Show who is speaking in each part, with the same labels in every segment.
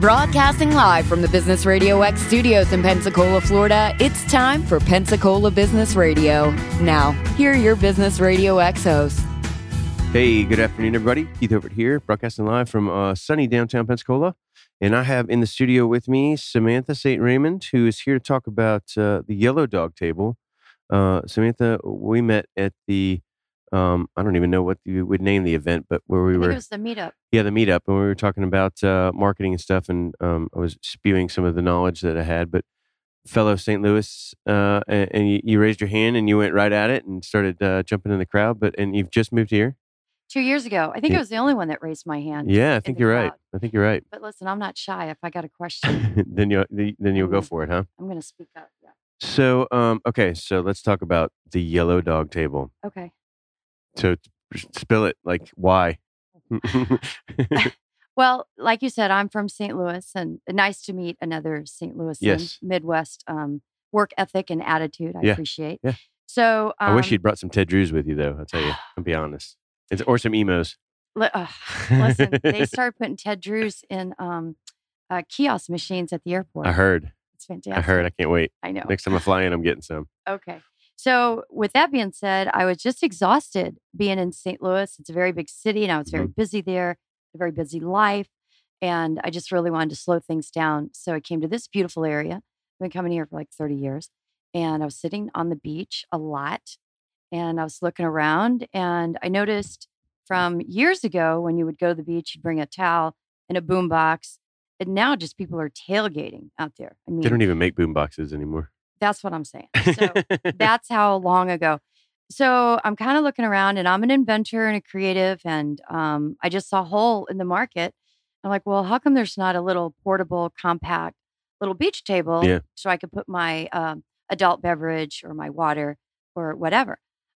Speaker 1: Broadcasting live from the Business Radio X studios in Pensacola, Florida, it's time for Pensacola Business Radio. Now, here are your Business Radio X hosts.
Speaker 2: Hey, good afternoon, everybody. Keith Over here, broadcasting live from uh, sunny downtown Pensacola. And I have in the studio with me Samantha St. Raymond, who is here to talk about uh, the Yellow Dog Table. Uh, Samantha, we met at the, um, I don't even know what you would name the event, but where we
Speaker 3: I think
Speaker 2: were.
Speaker 3: it was the meetup.
Speaker 2: Yeah, the meetup, and we were talking about uh, marketing and stuff, and um, I was spewing some of the knowledge that I had. But fellow St. Louis, uh, and, and you, you raised your hand and you went right at it and started uh, jumping in the crowd. But and you've just moved here.
Speaker 3: two years ago. I think I
Speaker 2: Yeah.
Speaker 3: was the only one that raised my hand.
Speaker 2: Yeah, I
Speaker 3: in
Speaker 2: think
Speaker 3: the
Speaker 2: you're right.
Speaker 3: crowd.
Speaker 2: I think you're right.
Speaker 3: But listen, I'm not shy. If I got a question,
Speaker 2: then you then you'll go
Speaker 3: Mhm.
Speaker 2: for it, huh?
Speaker 3: I'm going to speak up. Yeah.
Speaker 2: So um, okay, so let's talk about the yellow dog table.
Speaker 3: Okay.
Speaker 2: So s- spill it, like why?
Speaker 3: Well, like you said, I'm from St. Louis, and nice to meet another St. Louis
Speaker 2: Yes.
Speaker 3: Midwest um, work ethic and attitude. I
Speaker 2: Yeah.
Speaker 3: appreciate.
Speaker 2: Yeah.
Speaker 3: So um,
Speaker 2: I wish you'd brought some Ted Drews with you, though. I'll tell you. I'll be honest. It's, or some emos.
Speaker 3: li- ugh, listen. they started putting Ted Drews in um, uh, kiosk machines at the airport.
Speaker 2: I heard.
Speaker 3: It's fantastic.
Speaker 2: I heard. I can't wait.
Speaker 3: I know.
Speaker 2: Next time I fly in, I'm getting some.
Speaker 3: Okay. So, with that being said, I was just exhausted being in St. Louis. It's a very big city, and I was very busy there, a very busy life. And I just really wanted to slow things down. So, I came to this beautiful area. I've been coming here for like 30 years, and I was sitting on the beach a lot. And I was looking around, and I noticed from years ago when you would go to the beach, you'd bring a towel and a boom box. And now just people are tailgating out there. I
Speaker 2: They
Speaker 3: mean,
Speaker 2: don't even make boom boxes anymore.
Speaker 3: that's what I'm saying. So, that's how long ago. So I'm kind of looking around and I'm an inventor and a creative and um, I just saw a hole in the market. I'm like, well, how come there's not a little portable, compact little beach table
Speaker 2: Yeah.
Speaker 3: so I could put my um, adult beverage or my water or whatever?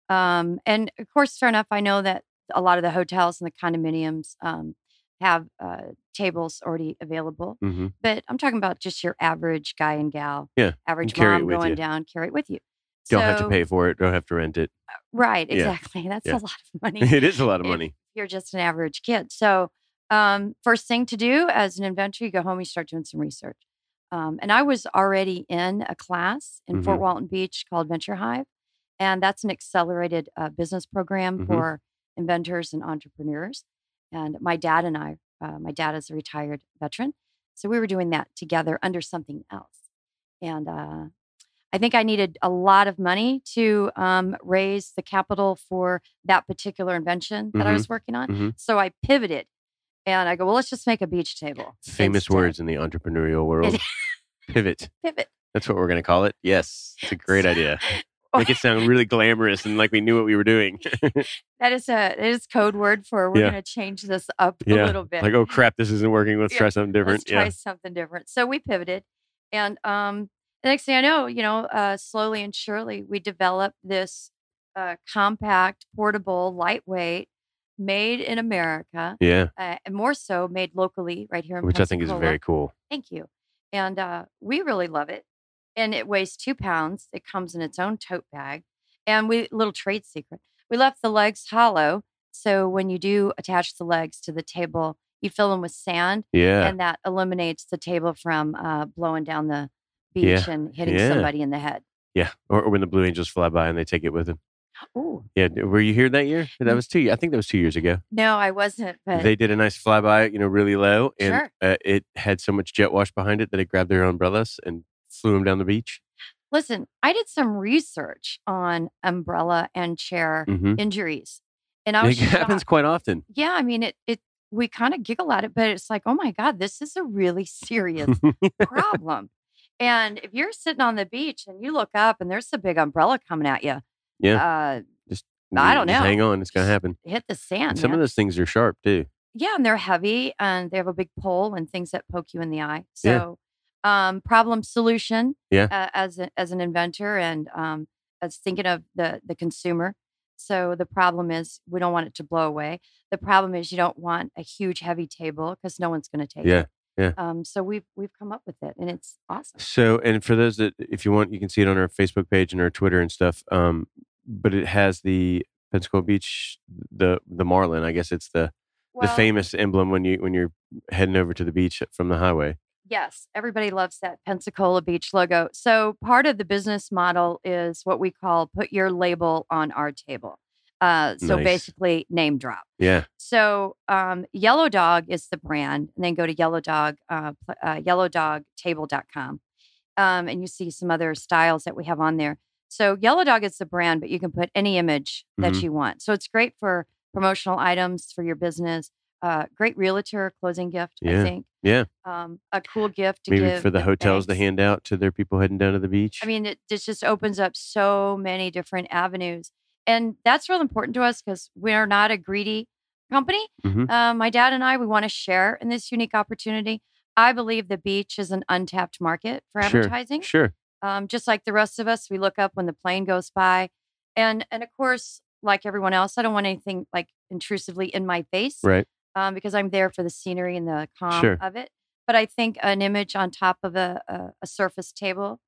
Speaker 3: Um, and of course, fair enough, I know that a lot of the hotels and the condominiums um, have uh, tables already available
Speaker 2: hmm
Speaker 3: but I'm talking about just your average guy and gal.
Speaker 2: Yeah,
Speaker 3: Average
Speaker 2: carry it
Speaker 3: mom
Speaker 2: with
Speaker 3: going
Speaker 2: you.
Speaker 3: down, carry it with you.
Speaker 2: Don't have to
Speaker 3: So-
Speaker 2: pay for it. Don't have to rent it.
Speaker 3: Right,
Speaker 2: Yeah.
Speaker 3: exactly. That's a
Speaker 2: Yeah.
Speaker 3: lot of money. if
Speaker 2: It is a lot of
Speaker 3: If-
Speaker 2: money.
Speaker 3: You're just an average kid. So, um, first thing to do as an inventor, you go home, you start doing some research. Um, and I was already in a class in Fort
Speaker 2: Mm-hmm.
Speaker 3: Walton Beach called Venture Hive. And that's an accelerated uh, business program
Speaker 2: Mhm.
Speaker 3: for inventors and entrepreneurs. And my dad and I, uh, my dad is a retired veteran. So we were doing that together under something else. And uh, I think I needed a lot of money to um, raise the capital for that particular invention that I
Speaker 2: Mhm.
Speaker 3: was working on.
Speaker 2: Mhm.
Speaker 3: So I pivoted and I go, well, let's just make a beach table.
Speaker 2: Famous
Speaker 3: instead."
Speaker 2: words in the entrepreneurial world. Pivot.
Speaker 3: Pivot.
Speaker 2: That's what we're going to call it. Yes. It's a great
Speaker 3: So-
Speaker 2: idea. Make it sound really glamorous and like we knew what we were doing.
Speaker 3: that is a it is code word for we're
Speaker 2: Yeah.
Speaker 3: going to change this up
Speaker 2: Yeah,
Speaker 3: a little bit.
Speaker 2: like, oh crap, this isn't working. Let's
Speaker 3: Yeah,
Speaker 2: try something
Speaker 3: Let's
Speaker 2: different.
Speaker 3: try something different. So we pivoted, and um, the next thing I know, you know, uh, slowly and surely, we developed this uh, compact, portable, lightweight, made in America,
Speaker 2: yeah. Yeah.
Speaker 3: uh, and more so made locally right here in
Speaker 2: Which I think is
Speaker 3: Pensacola.
Speaker 2: very cool.
Speaker 3: Thank you, and uh, we really love it. And it weighs two pounds. It comes in its own tote bag, and we little trade secret: we left the legs hollow, so when you do attach the legs to the table, you fill them with sand
Speaker 2: Yeah.
Speaker 3: and that eliminates the table from uh, blowing down the beach
Speaker 2: Yeah.
Speaker 3: and hitting
Speaker 2: Yeah.
Speaker 3: somebody in the head.
Speaker 2: yeah. Or, or when the Blue Angels fly by and they take it with them.
Speaker 3: Ooh,
Speaker 2: Yeah. Were you here that year? That
Speaker 3: Mm.
Speaker 2: was two. I think that was two years ago.
Speaker 3: no, I wasn't. But
Speaker 2: they did a nice flyby, you know, really low, and
Speaker 3: Sure.
Speaker 2: uh, it had so much jet wash behind it that it grabbed their umbrellas and flew them down the beach.
Speaker 3: listen, I did some research on umbrella and chair
Speaker 2: Mm-hmm.
Speaker 3: injuries, and I
Speaker 2: It
Speaker 3: was shocked.
Speaker 2: happens quite often.
Speaker 3: Yeah, I mean it. It we kind of giggle at it, but it's like, oh my god, this is a really serious problem. And if you're sitting on the beach and you look up and there's a big umbrella coming at you,
Speaker 2: Yeah.
Speaker 3: uh,
Speaker 2: You
Speaker 3: don't
Speaker 2: just
Speaker 3: know.
Speaker 2: Hang on, it's gonna happen.
Speaker 3: hit the sand.
Speaker 2: And some
Speaker 3: man.
Speaker 2: of those things are sharp too.
Speaker 3: yeah, and they're heavy and they have a big pole and things that poke you in the eye.
Speaker 2: Yeah.
Speaker 3: So, um, problem solution.
Speaker 2: Yeah.
Speaker 3: Uh, as a, as an inventor and um, as thinking of the the consumer. So the problem is we don't want it to blow away. The problem is you don't want a huge heavy table because no one's going to take
Speaker 2: Yeah,
Speaker 3: it.
Speaker 2: yeah.
Speaker 3: Um, so we've we've come up with it and it's awesome.
Speaker 2: So, and for those that, if you want, you can see it on our Facebook page and our Twitter and stuff. Um, but it has the Pensacola Beach, the the marlin. I guess it's the the
Speaker 3: Well-
Speaker 2: famous emblem when you when you're heading over to the beach from the highway.
Speaker 3: Yes, everybody loves that Pensacola Beach logo. So, part of the business model is what we call put your label on our table. Uh, so,
Speaker 2: Nice.
Speaker 3: basically, name drop.
Speaker 2: Yeah.
Speaker 3: So, um, Yellow Dog is the brand, and then go to Yellow Dog, uh, pl- uh, yellowdogtable.com. Um, and you see some other styles that we have on there. So, Yellow Dog is the brand, but you can put any image that
Speaker 2: Mhm.
Speaker 3: you want. So, it's great for promotional items for your business. Uh, great realtor closing gift,
Speaker 2: Yeah.
Speaker 3: I think
Speaker 2: Yeah.
Speaker 3: um, a cool gift to
Speaker 2: Maybe
Speaker 3: give
Speaker 2: for the hotels to
Speaker 3: banks.
Speaker 2: hand out to their people heading down to the beach.
Speaker 3: I mean, it, this just opens up so many different avenues, and that's real important to us because we are not a greedy company.
Speaker 2: Mhm.
Speaker 3: Uh, my dad and I, we want to share in this unique opportunity. I believe the beach is an untapped market for
Speaker 2: Sure.
Speaker 3: advertising.
Speaker 2: sure.
Speaker 3: Um, just like the rest of us, we look up when the plane goes by, and and of course, like everyone else, I don't want anything like intrusively in my face
Speaker 2: Right.
Speaker 3: um, because I'm there for the scenery and the calm
Speaker 2: Sure.
Speaker 3: of it. But I think an image on top of a, a, a surface table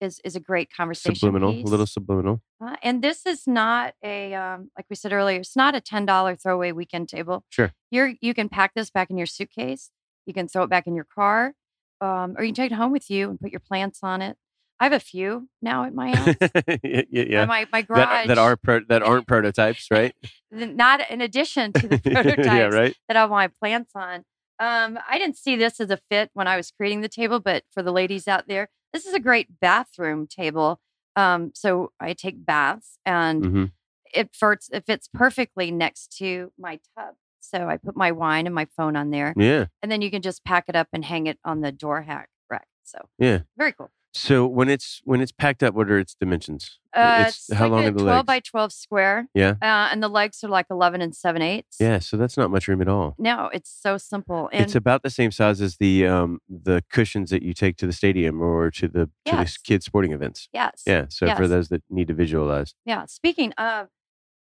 Speaker 3: is is a great conversation.
Speaker 2: Subliminal.
Speaker 3: piece.
Speaker 2: A little subliminal.
Speaker 3: Uh, and this is not a um, like we said earlier. It's not a ten dollar throwaway weekend table.
Speaker 2: Sure.
Speaker 3: You're you can pack this back in your suitcase. You can throw it back in your car, um, or you can take it home with you and put your plants on it. I have a few now at my house.
Speaker 2: yeah. Yeah. yeah.
Speaker 3: My my garage
Speaker 2: That, that are pro- that aren't prototypes, right?
Speaker 3: not in addition to the prototypes.
Speaker 2: yeah, right.
Speaker 3: that I want my plants on. Um, I didn't see this as a fit when I was creating the table, but for the ladies out there, this is a great bathroom table. Um, so I take baths, and
Speaker 2: hmm
Speaker 3: it fits it fits perfectly next to my tub. So I put my wine and my phone on there,
Speaker 2: Yeah,
Speaker 3: and then you can just pack it up and hang it on the door hack rack. So
Speaker 2: yeah.
Speaker 3: very cool.
Speaker 2: So when it's when it's packed up, what are its dimensions?
Speaker 3: Uh,
Speaker 2: it's, how
Speaker 3: like
Speaker 2: long
Speaker 3: a
Speaker 2: are the
Speaker 3: twelve
Speaker 2: legs?
Speaker 3: by twelve square.
Speaker 2: Yeah.
Speaker 3: uh, and the legs are like eleven and seven eighths.
Speaker 2: yeah, so that's not much room at all.
Speaker 3: no, it's so simple. And
Speaker 2: it's about the same size as the um the cushions that you take to the stadium or to the to the
Speaker 3: Yes.
Speaker 2: kids sporting events.
Speaker 3: yes,
Speaker 2: Yeah. So for
Speaker 3: Yes.
Speaker 2: those that need to visualize,
Speaker 3: Yeah. Speaking of,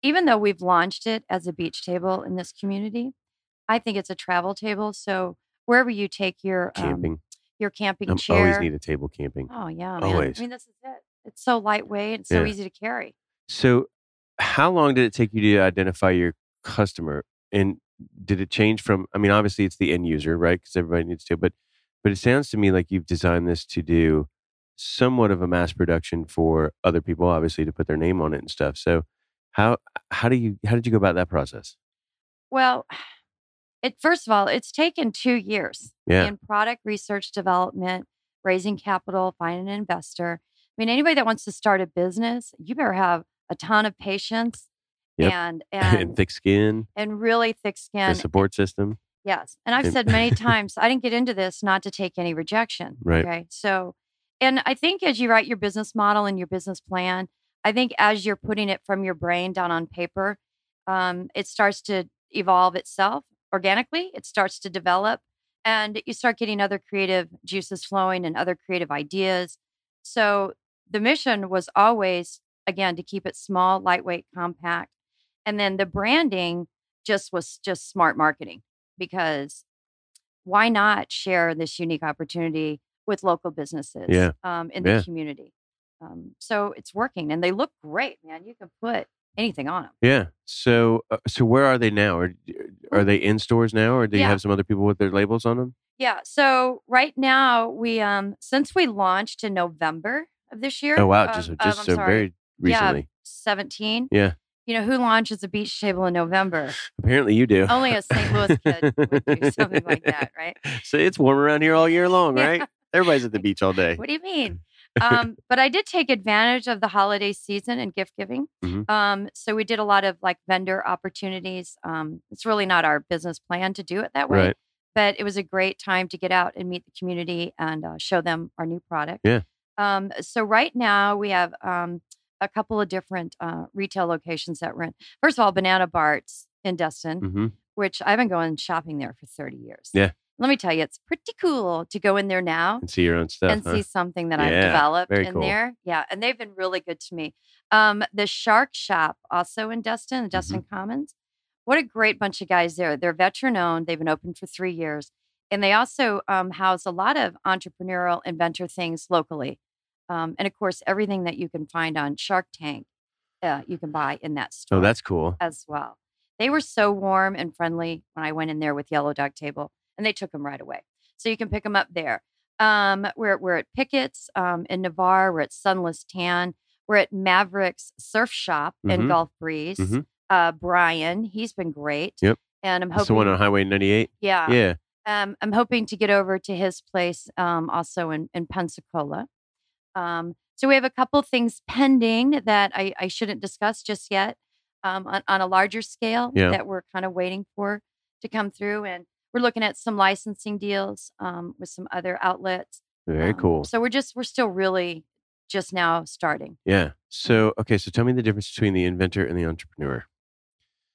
Speaker 3: even though we've launched it as a beach table in this community, I think it's a travel table. So wherever you take your um,
Speaker 2: camping.
Speaker 3: your camping
Speaker 2: I'm
Speaker 3: chair.
Speaker 2: always need a table camping.
Speaker 3: oh yeah, man.
Speaker 2: Always.
Speaker 3: I mean, this is it. It's so lightweight. It's so
Speaker 2: Yeah.
Speaker 3: easy to carry.
Speaker 2: So how long did it take you to identify your customer? And did it change from I mean, obviously it's the end user, right? Because everybody needs to, but but it sounds to me like you've designed this to do somewhat of a mass production for other people, obviously, to put their name on it and stuff. So how how do you how did you go about that process?
Speaker 3: Well, it first of all, it's taken two years
Speaker 2: Yeah.
Speaker 3: in product research development, raising capital, finding an investor. I mean, anybody that wants to start a business, you better have a ton of patience
Speaker 2: Yep.
Speaker 3: and
Speaker 2: and,
Speaker 3: and
Speaker 2: thick skin,
Speaker 3: um, and uh really thick
Speaker 2: the
Speaker 3: skin
Speaker 2: support system.
Speaker 3: Yes. And I've
Speaker 2: And-
Speaker 3: said many times, I didn't get into this not to take any rejection.
Speaker 2: Right.
Speaker 3: Okay. So, and I think as you write your business model and your business plan, I think as you're putting it from your brain down on paper, um, it starts to evolve itself organically. It starts to develop and you start getting other creative juices flowing and other creative ideas. So, the mission was always, again, to keep it small, lightweight, compact. And then the branding just was just smart marketing because why not share this unique opportunity with local businesses
Speaker 2: Yeah.
Speaker 3: um, in
Speaker 2: Yeah.
Speaker 3: the community? Um, so it's working and they look great, man. You can put anything on them.
Speaker 2: Yeah. So uh, so where are they now? Are are they in stores now, or do you
Speaker 3: Mm. Yeah.
Speaker 2: have some other people with their labels on them?
Speaker 3: Yeah. So right now, we, um, since we launched in November of this year.
Speaker 2: Oh wow,
Speaker 3: of-
Speaker 2: just
Speaker 3: of,
Speaker 2: just
Speaker 3: um, I'm
Speaker 2: so
Speaker 3: sorry,
Speaker 2: very recently.
Speaker 3: 17.
Speaker 2: Yeah.
Speaker 3: You know, who launches a beach table in November?
Speaker 2: Apparently you do.
Speaker 3: Only a St. Louis kid would do something like that, right?
Speaker 2: So it's warm around here all year long,
Speaker 3: Yeah.
Speaker 2: right? Everybody's at the beach all day.
Speaker 3: What do you mean? um, but I did take advantage of the holiday season and gift giving.
Speaker 2: Mhm.
Speaker 3: Um, so we did a lot of like vendor opportunities. Um, it's really not our business plan to do it that way,
Speaker 2: Right.
Speaker 3: but it was a great time to get out and meet the community and uh, show them our new product.
Speaker 2: Yeah.
Speaker 3: Um, so right now we have um, a couple of different uh, retail locations that rent. First of all, Banana Bart's in Destin,
Speaker 2: hmm
Speaker 3: which I've been going shopping there for 30 years.
Speaker 2: Yeah.
Speaker 3: Let me tell you, it's pretty cool to go in there now
Speaker 2: And see your own stuff.
Speaker 3: and
Speaker 2: huh?
Speaker 3: see something that
Speaker 2: Yeah,
Speaker 3: I've developed
Speaker 2: very
Speaker 3: in
Speaker 2: cool.
Speaker 3: there. Yeah, and they've been really good to me. Um, the Shark Shop, also in
Speaker 2: Mm-hmm.
Speaker 3: Destin, Destin Commons. What a great bunch of guys there. They're veteran owned. They've been open for three years, and they also um, house a lot of entrepreneurial inventor things locally, um, and of course everything that you can find on Shark Tank, uh, you can buy in that store
Speaker 2: oh, that's cool.
Speaker 3: as well. They were so warm and friendly when I went in there with Yellow Dog Table, and they took them right away. So you can pick them up there. Um, we're, we're at Pickett's um, in Navarre. We're at Sunless Tan. We're at Mavericks Surf Shop in
Speaker 2: Mhm.
Speaker 3: Gulf Breeze.
Speaker 2: Mhm.
Speaker 3: Uh, Brian, he's been great.
Speaker 2: Yep.
Speaker 3: And I'm
Speaker 2: That's
Speaker 3: hoping,
Speaker 2: the one on Highway 98.
Speaker 3: yeah,
Speaker 2: yeah.
Speaker 3: um, I'm hoping to get over to his place um, also in, in Pensacola. Um, so we have a couple things pending that I, I shouldn't discuss just yet um, on, on a larger scale
Speaker 2: Yeah.
Speaker 3: that we're kind of waiting for to come through. And we're looking at some licensing deals um, with some other outlets.
Speaker 2: Very
Speaker 3: Um,
Speaker 2: cool.
Speaker 3: So we're just, we're still really just now starting.
Speaker 2: Yeah. So, okay. So tell me the difference between the inventor and the entrepreneur.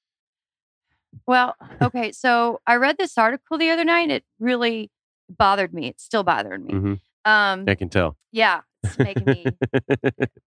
Speaker 3: Well, okay. So I read this article the other night. It really bothered me. It's still bothering me.
Speaker 2: hmm
Speaker 3: Um,
Speaker 2: I can tell.
Speaker 3: yeah. It's making me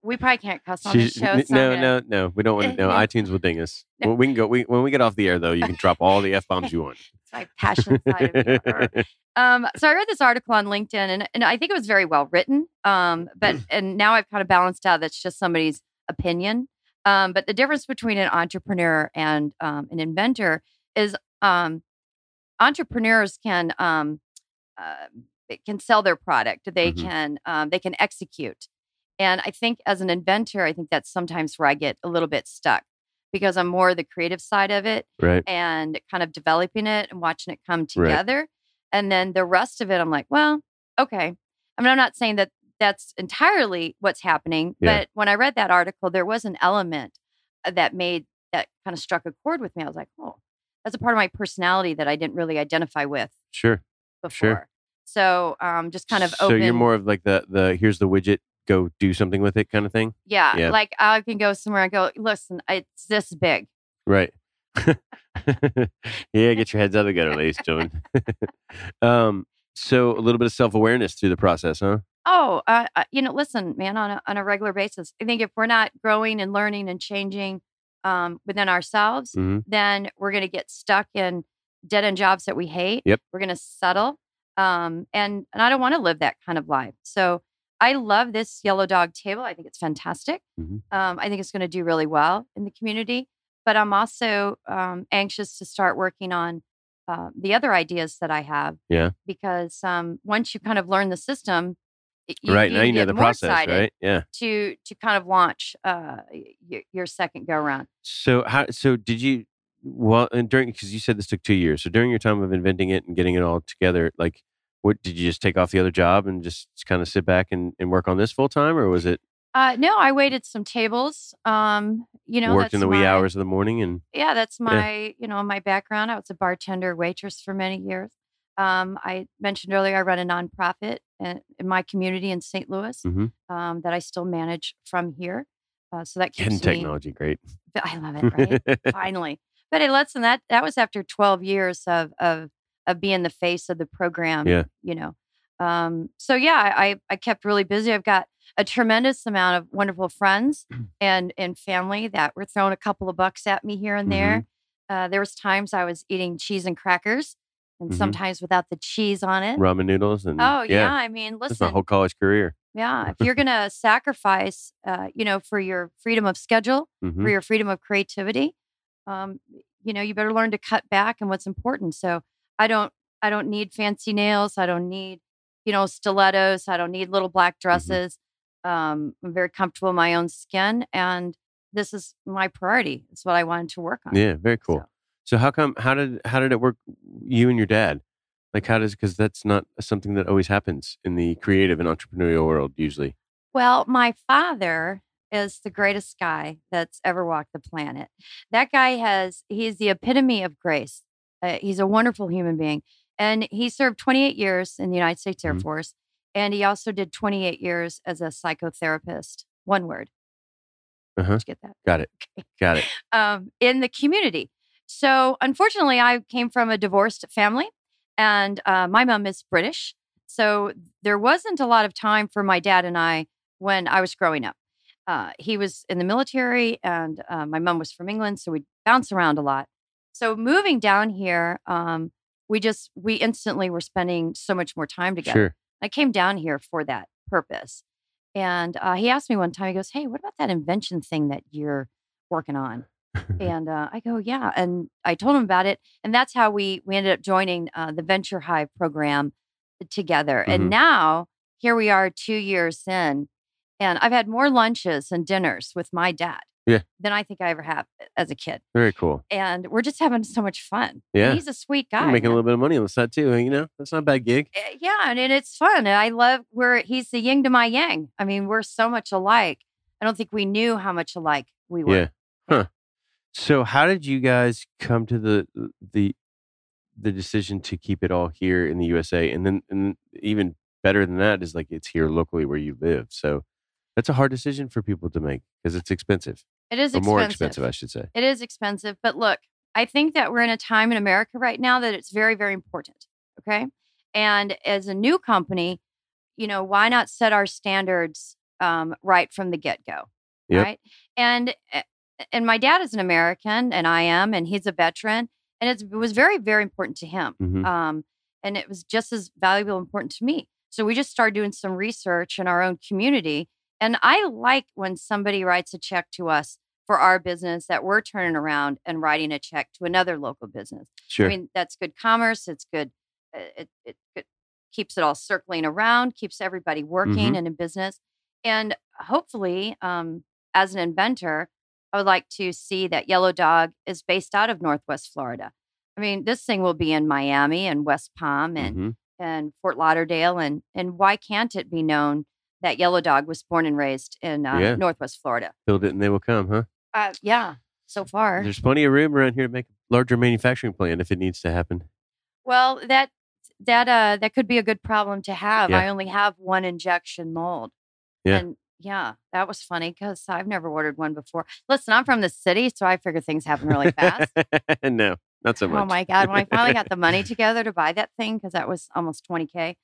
Speaker 3: We probably can't cuss on this
Speaker 2: She's-
Speaker 3: show.
Speaker 2: n-
Speaker 3: So
Speaker 2: no,
Speaker 3: I'm gonna,
Speaker 2: no, no. We don't want to. No,
Speaker 3: No.
Speaker 2: iTunes will ding us.
Speaker 3: No.
Speaker 2: Well, we can go. We, when we get off the air, though, you can drop all the f bombs you want.
Speaker 3: It's my passion side of me. Um, so I read this article on LinkedIn, and, and I think it was very well written. Um, but and now I've kind of balanced out that's just somebody's opinion. Um, but the difference between an entrepreneur and um, an inventor is um, entrepreneurs can um, uh, they can sell their product. They
Speaker 2: Mhm.
Speaker 3: can um, they can execute. And I think as an inventor, I think that's sometimes where I get a little bit stuck because I'm more the creative side of it
Speaker 2: right.
Speaker 3: and kind of developing it and watching it come
Speaker 2: Right.
Speaker 3: together. And then the rest of it, I'm like, well, okay. I mean, I'm not saying that that's entirely what's happening,
Speaker 2: Yeah.
Speaker 3: but when I read that article, there was an element uh, that made that kind of struck a chord with me. I was like, oh, that's a part of my personality that I didn't really identify with
Speaker 2: Sure.
Speaker 3: before.
Speaker 2: Sure.
Speaker 3: So um, just kind of
Speaker 2: So
Speaker 3: open.
Speaker 2: you're more of like the the here's the widget, go do something with it kind of thing.
Speaker 3: yeah,
Speaker 2: yeah.
Speaker 3: Like I can go somewhere and go, listen, it's this big.
Speaker 2: Right. yeah. Get your heads out of the gutter, ladies and gentlemen. um. So a little bit of self awareness through the process, huh?
Speaker 3: oh uh, uh, you know listen man on a, on a regular basis i think if we're not growing and learning and changing um, within ourselves
Speaker 2: Mhm.
Speaker 3: then we're going to get stuck in dead end jobs that we hate
Speaker 2: Yep.
Speaker 3: we're going to settle um, and and i don't want to live that kind of life so i love this yellow dog table i think it's fantastic
Speaker 2: Mhm.
Speaker 3: um, i think it's going to do really well in the community but i'm also um, anxious to start working on uh, the other ideas that i have
Speaker 2: Yeah.
Speaker 3: because um, once you kind of learn the system it-
Speaker 2: right. Now you know
Speaker 3: get
Speaker 2: the
Speaker 3: more
Speaker 2: process,
Speaker 3: excited
Speaker 2: right? Yeah.
Speaker 3: To to kind of launch uh, y- y- your second go around.
Speaker 2: So how? So did you? Well, and during because you said this took two years. So during your time of inventing it and getting it all together, like, what did you just take off the other job and just kind of sit back and, and work on this full time, or was it
Speaker 3: Uh, no, I waited some tables. Um, you know,
Speaker 2: worked in
Speaker 3: that's
Speaker 2: the wee
Speaker 3: my-
Speaker 2: hours of the morning and
Speaker 3: Yeah, that's my you know my background. I was a bartender, waitress for many years. Um, I mentioned earlier I run a nonprofit in, in my community in St. Louis
Speaker 2: Mhm.
Speaker 3: um, that I still manage from here. Uh, so that keeps me.
Speaker 2: getting technology? Great.
Speaker 3: I love it, right? finally. But it lets them that that was after 12 years of of of being the face of the program.
Speaker 2: Yeah.
Speaker 3: You know. Um, so yeah, I I kept really busy. I've got a tremendous amount of wonderful friends
Speaker 2: Mm.
Speaker 3: and and family that were throwing a couple of bucks at me here and there.
Speaker 2: Mm-hmm.
Speaker 3: Uh, there was times I was eating cheese and crackers, and
Speaker 2: Mhm.
Speaker 3: sometimes without the cheese on it.
Speaker 2: Ramen noodles and
Speaker 3: Oh yeah.
Speaker 2: yeah,
Speaker 3: I mean,
Speaker 2: that's my
Speaker 3: listen,
Speaker 2: whole college career.
Speaker 3: yeah, if you're gonna sacrifice, uh, you know, for your freedom of schedule,
Speaker 2: Mhm.
Speaker 3: for your freedom of creativity um, you know you better learn to cut back and what's important so i don't i don't need fancy nails i don't need you know stilettos i don't need little black
Speaker 2: Mm-hmm.
Speaker 3: dresses um, i'm very comfortable in my own skin and this is my priority it's what i wanted to work on
Speaker 2: Yeah, very cool.
Speaker 3: So-
Speaker 2: So how come? How did how did it work? You and your dad, like how does because that's not something that always happens in the creative and entrepreneurial world usually.
Speaker 3: Well, my father is the greatest guy that's ever walked the planet. That guy has, he's the epitome of grace. Uh, he's a wonderful human being. And he served 28 years in the United States Air
Speaker 2: Mhm.
Speaker 3: Force. And he also did 28 years as a psychotherapist. One word.
Speaker 2: Uh-huh.
Speaker 3: Did you get that?
Speaker 2: Got it.
Speaker 3: Okay
Speaker 2: Got it.
Speaker 3: um, in the community. So, unfortunately, I came from a divorced family, and uh, my mom is British. So, there wasn't a lot of time for my dad and I when I was growing up. Uh, he was in the military, and uh, my mom was from England, so we'd bounce around a lot. So, moving down here, um, we just we instantly were spending so much more time together.
Speaker 2: Sure.
Speaker 3: I came down here for that purpose. And uh, he asked me one time, he goes, Hey, what about that invention thing that you're working on? and uh, I go, yeah. And I told him about it, and that's how we we ended up joining uh, the Venture Hive program together.
Speaker 2: Mhm.
Speaker 3: And now here we are, two years in, and I've had more lunches and dinners with my dad,
Speaker 2: Yeah.
Speaker 3: than I think I ever have uh, as a kid.
Speaker 2: Very cool.
Speaker 3: And we're just having so much fun. And
Speaker 2: Yeah.
Speaker 3: he's a sweet guy.
Speaker 2: You're making a
Speaker 3: man.
Speaker 2: little bit of money on the side too. You know, that's not a bad gig.
Speaker 3: Uh, yeah, and, and it's fun. And I love where he's the yin to my yang. I mean, we're so much alike. I don't think we knew how much alike we were.
Speaker 2: Yeah. Huh. So how did you guys come to the the the decision to keep it all here in the USA and then and even better than that is like it's here locally where you live. So that's a hard decision for people to make because it's expensive
Speaker 3: It is
Speaker 2: or
Speaker 3: expensive.
Speaker 2: more expensive, I should say.
Speaker 3: It is expensive. But look, I think that we're in a time in America right now that it's very, very important. Okay. And as a new company, you know, why not set our standards um, right from the get go?
Speaker 2: Yep.
Speaker 3: Right. And, eh, and my dad is an American and I am, and he's a veteran. And it's, it was very, very important to him.
Speaker 2: Mhm.
Speaker 3: Um, and it was just as valuable and important to me. So we just started doing some research in our own community. And I like when somebody writes a check to us for our business that we're turning around and writing a check to another local business.
Speaker 2: Sure.
Speaker 3: I mean, that's good commerce. It's good. uh, It, it, it keeps it all circling around, keeps everybody working
Speaker 2: Mhm.
Speaker 3: and in business. And hopefully, um, as an inventor, I would like to see that Yellow Dog is based out of Northwest Florida. I mean, this thing will be in Miami and West Palm and,
Speaker 2: Mhm.
Speaker 3: and Fort Lauderdale. And, and why can't it be known that Yellow Dog was born and raised in uh,
Speaker 2: Yeah.
Speaker 3: Northwest Florida?
Speaker 2: Build it and they will come, huh?
Speaker 3: Uh, yeah, so far.
Speaker 2: There's plenty of room around here to make a larger manufacturing plant if it needs to happen.
Speaker 3: Well, that that uh that could be a good problem to have.
Speaker 2: Yeah.
Speaker 3: I only have one injection mold.
Speaker 2: Yeah.
Speaker 3: And yeah, that was funny because I've never ordered one before. Listen, I'm from the city, so I figure things happen really fast.
Speaker 2: no, not so much.
Speaker 3: oh my god, when I finally got the money together to buy that thing because that was almost 20k,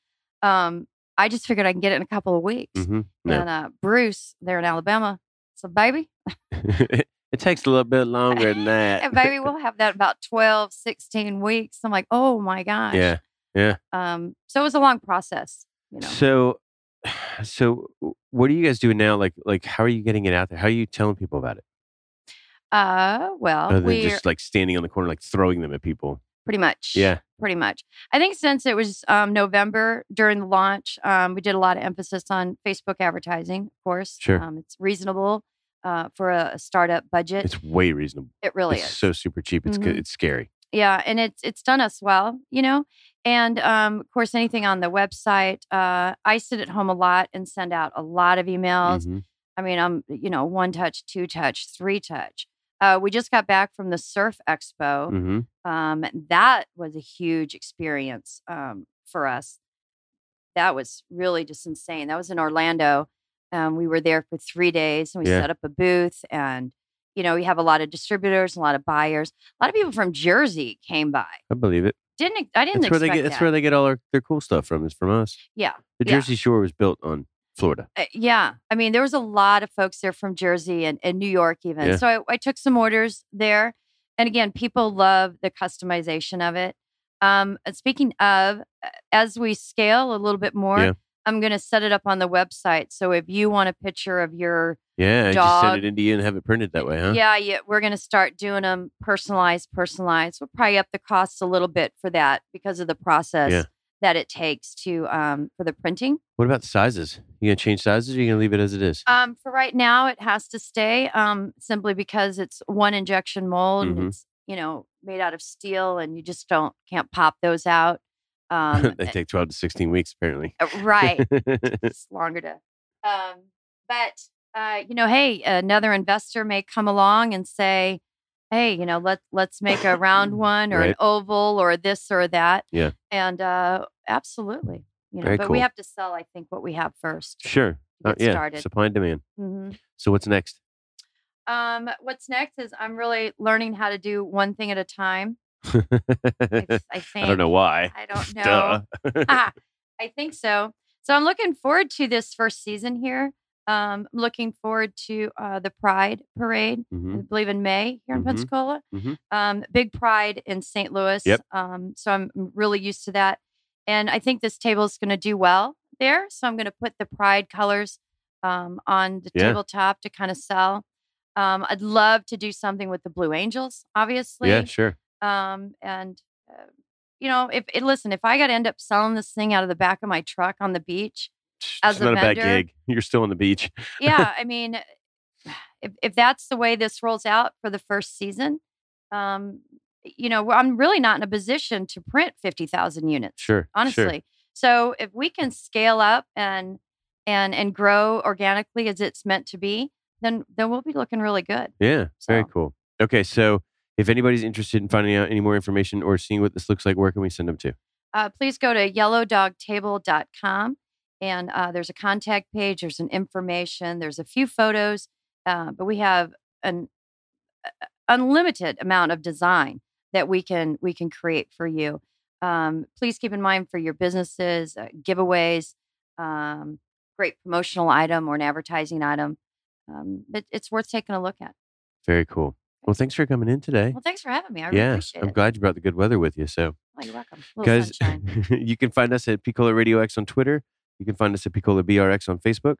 Speaker 3: um, I just figured I can get it in a couple of weeks.
Speaker 2: Mhm. No.
Speaker 3: And uh, Bruce, there in Alabama, so baby,
Speaker 2: it takes a little bit longer than that.
Speaker 3: and baby, we'll have that about 12, 16 weeks. I'm like, oh my gosh.
Speaker 2: yeah.
Speaker 3: Um, so it was a long process. You know.
Speaker 2: So, so w- what are you guys doing now? Like, like how are you getting it out there? How are you telling people about it?
Speaker 3: Uh,
Speaker 2: Other
Speaker 3: well,
Speaker 2: than
Speaker 3: we're
Speaker 2: just like standing on the corner, like throwing them at people.
Speaker 3: pretty much.
Speaker 2: Yeah.
Speaker 3: Pretty much. I think since it was um, November during the launch, um, we did a lot of emphasis on Facebook advertising, of course.
Speaker 2: Sure.
Speaker 3: Um, it's reasonable uh, for a, a startup budget.
Speaker 2: It's way reasonable.
Speaker 3: it really
Speaker 2: it's
Speaker 3: is.
Speaker 2: so super cheap. It's good.
Speaker 3: Mhm.
Speaker 2: it's scary.
Speaker 3: yeah. And it's, it's done us well, you know? And um, of course, anything on the website. Uh, I sit at home a lot and send out a lot of emails.
Speaker 2: Mhm.
Speaker 3: I mean, I'm, you know, one touch, two touch, three touch. Uh, we just got back from the Surf Expo.
Speaker 2: Mhm.
Speaker 3: Um, that was a huge experience um, for us. That was really just insane. That was in Orlando. Um, we were there for three days and we
Speaker 2: Yeah.
Speaker 3: set up a booth. And, you know, we have a lot of distributors, a lot of buyers. A lot of people from Jersey came by.
Speaker 2: I believe it.
Speaker 3: Didn't ex- I didn't
Speaker 2: That's where
Speaker 3: expect
Speaker 2: they get. That's
Speaker 3: that.
Speaker 2: where they get all their, their cool stuff from. Is from us.
Speaker 3: yeah.
Speaker 2: The
Speaker 3: Yeah.
Speaker 2: Jersey Shore was built on Florida.
Speaker 3: Uh, yeah. I mean, there was a lot of folks there from Jersey and, and New York, even.
Speaker 2: Yeah.
Speaker 3: So I, I took some orders there. And again, people love the customization of it. Um, and speaking of, uh, as we scale a little bit more,
Speaker 2: Yeah.
Speaker 3: I'm going to set it up on the website. So if you want a picture of your,
Speaker 2: Yeah, and just send
Speaker 3: Dog.
Speaker 2: it into you and have it printed that way, huh?
Speaker 3: yeah, yeah, we're going to start doing them personalized, personalized. We'll probably up the costs a little bit for that because of the process
Speaker 2: Yeah.
Speaker 3: that it takes to um, for the printing.
Speaker 2: What about sizes? You gonna change sizes? or You gonna leave it as it is?
Speaker 3: Um, for right now, it has to stay um, simply because it's one injection mold.
Speaker 2: Mhm.
Speaker 3: And it's you know made out of steel, and you just don't can't pop those out. Um,
Speaker 2: they take twelve to sixteen weeks, apparently.
Speaker 3: uh, right, it's longer to. Um, but uh, you know, hey, another investor may come along and say, "Hey, you know, let let's make a round one or an
Speaker 2: Right.
Speaker 3: oval or this or that."
Speaker 2: Yeah.
Speaker 3: and uh, absolutely, you know,
Speaker 2: Very
Speaker 3: but
Speaker 2: cool.
Speaker 3: we have to sell. I think what we have first.
Speaker 2: sure.
Speaker 3: Get
Speaker 2: Uh, yeah.
Speaker 3: started.
Speaker 2: Supply and demand.
Speaker 3: Mm-hmm.
Speaker 2: So what's next?
Speaker 3: Um, what's next is I'm really learning how to do one thing at a time. I,
Speaker 2: I
Speaker 3: th- I think.
Speaker 2: don't know why.
Speaker 3: I don't know.
Speaker 2: Duh.
Speaker 3: Ah, I think so. So I'm looking forward to this first season here. Um, I'm looking forward to uh, the Pride Parade.
Speaker 2: Mhm.
Speaker 3: I believe in May here in
Speaker 2: Mhm.
Speaker 3: Pensacola.
Speaker 2: Mhm.
Speaker 3: Um, big Pride in St. Louis.
Speaker 2: Yep.
Speaker 3: Um, so I'm really used to that, and I think this table is going to do well there. So I'm going to put the Pride colors um, on the
Speaker 2: Yeah.
Speaker 3: tabletop to kind of sell. Um, I'd love to do something with the Blue Angels, obviously.
Speaker 2: Yeah, sure.
Speaker 3: Um, and uh, you know, if it, listen, if I got to end up selling this thing out of the back of my truck on the beach,
Speaker 2: It's
Speaker 3: As
Speaker 2: it's
Speaker 3: a
Speaker 2: not a bad
Speaker 3: vendor-
Speaker 2: gig. You're still on the beach.
Speaker 3: yeah, I mean, if if that's the way this rolls out for the first season, um, you know, I'm really not in a position to print fifty thousand units.
Speaker 2: Sure.
Speaker 3: honestly.
Speaker 2: Sure.
Speaker 3: So if we can scale up and and and grow organically as it's meant to be, then then we'll be looking really good.
Speaker 2: Yeah. Very
Speaker 3: So-
Speaker 2: cool. Okay. So if anybody's interested in finding out any more information or seeing what this looks like, where can we send them to?
Speaker 3: Uh, please go to yellowdogtable.com and uh, there's a contact page, there's an information, there's a few photos, uh, but we have an a- unlimited amount of design that we can we can create for you. Um, please keep in mind for your businesses, uh, giveaways, um, great promotional item or an advertising item. Um, it, it's worth taking a look at.
Speaker 2: Very cool. Well, thanks for coming in today.
Speaker 3: Well, thanks for having me. I really
Speaker 2: yeah.
Speaker 3: appreciate
Speaker 2: I'm
Speaker 3: it.
Speaker 2: glad you brought the good weather with you.
Speaker 3: Oh,
Speaker 2: So,
Speaker 3: you're welcome. Little
Speaker 2: guys,
Speaker 3: sunshine.
Speaker 2: you can find us at Picola Radio X on Twitter. You can find us at Picola BRX on Facebook,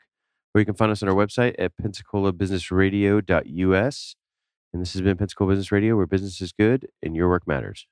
Speaker 2: or you can find us on our website at PensacolaBusinessRadio.us. And this has been Pensacola Business Radio, where business is good and your work matters.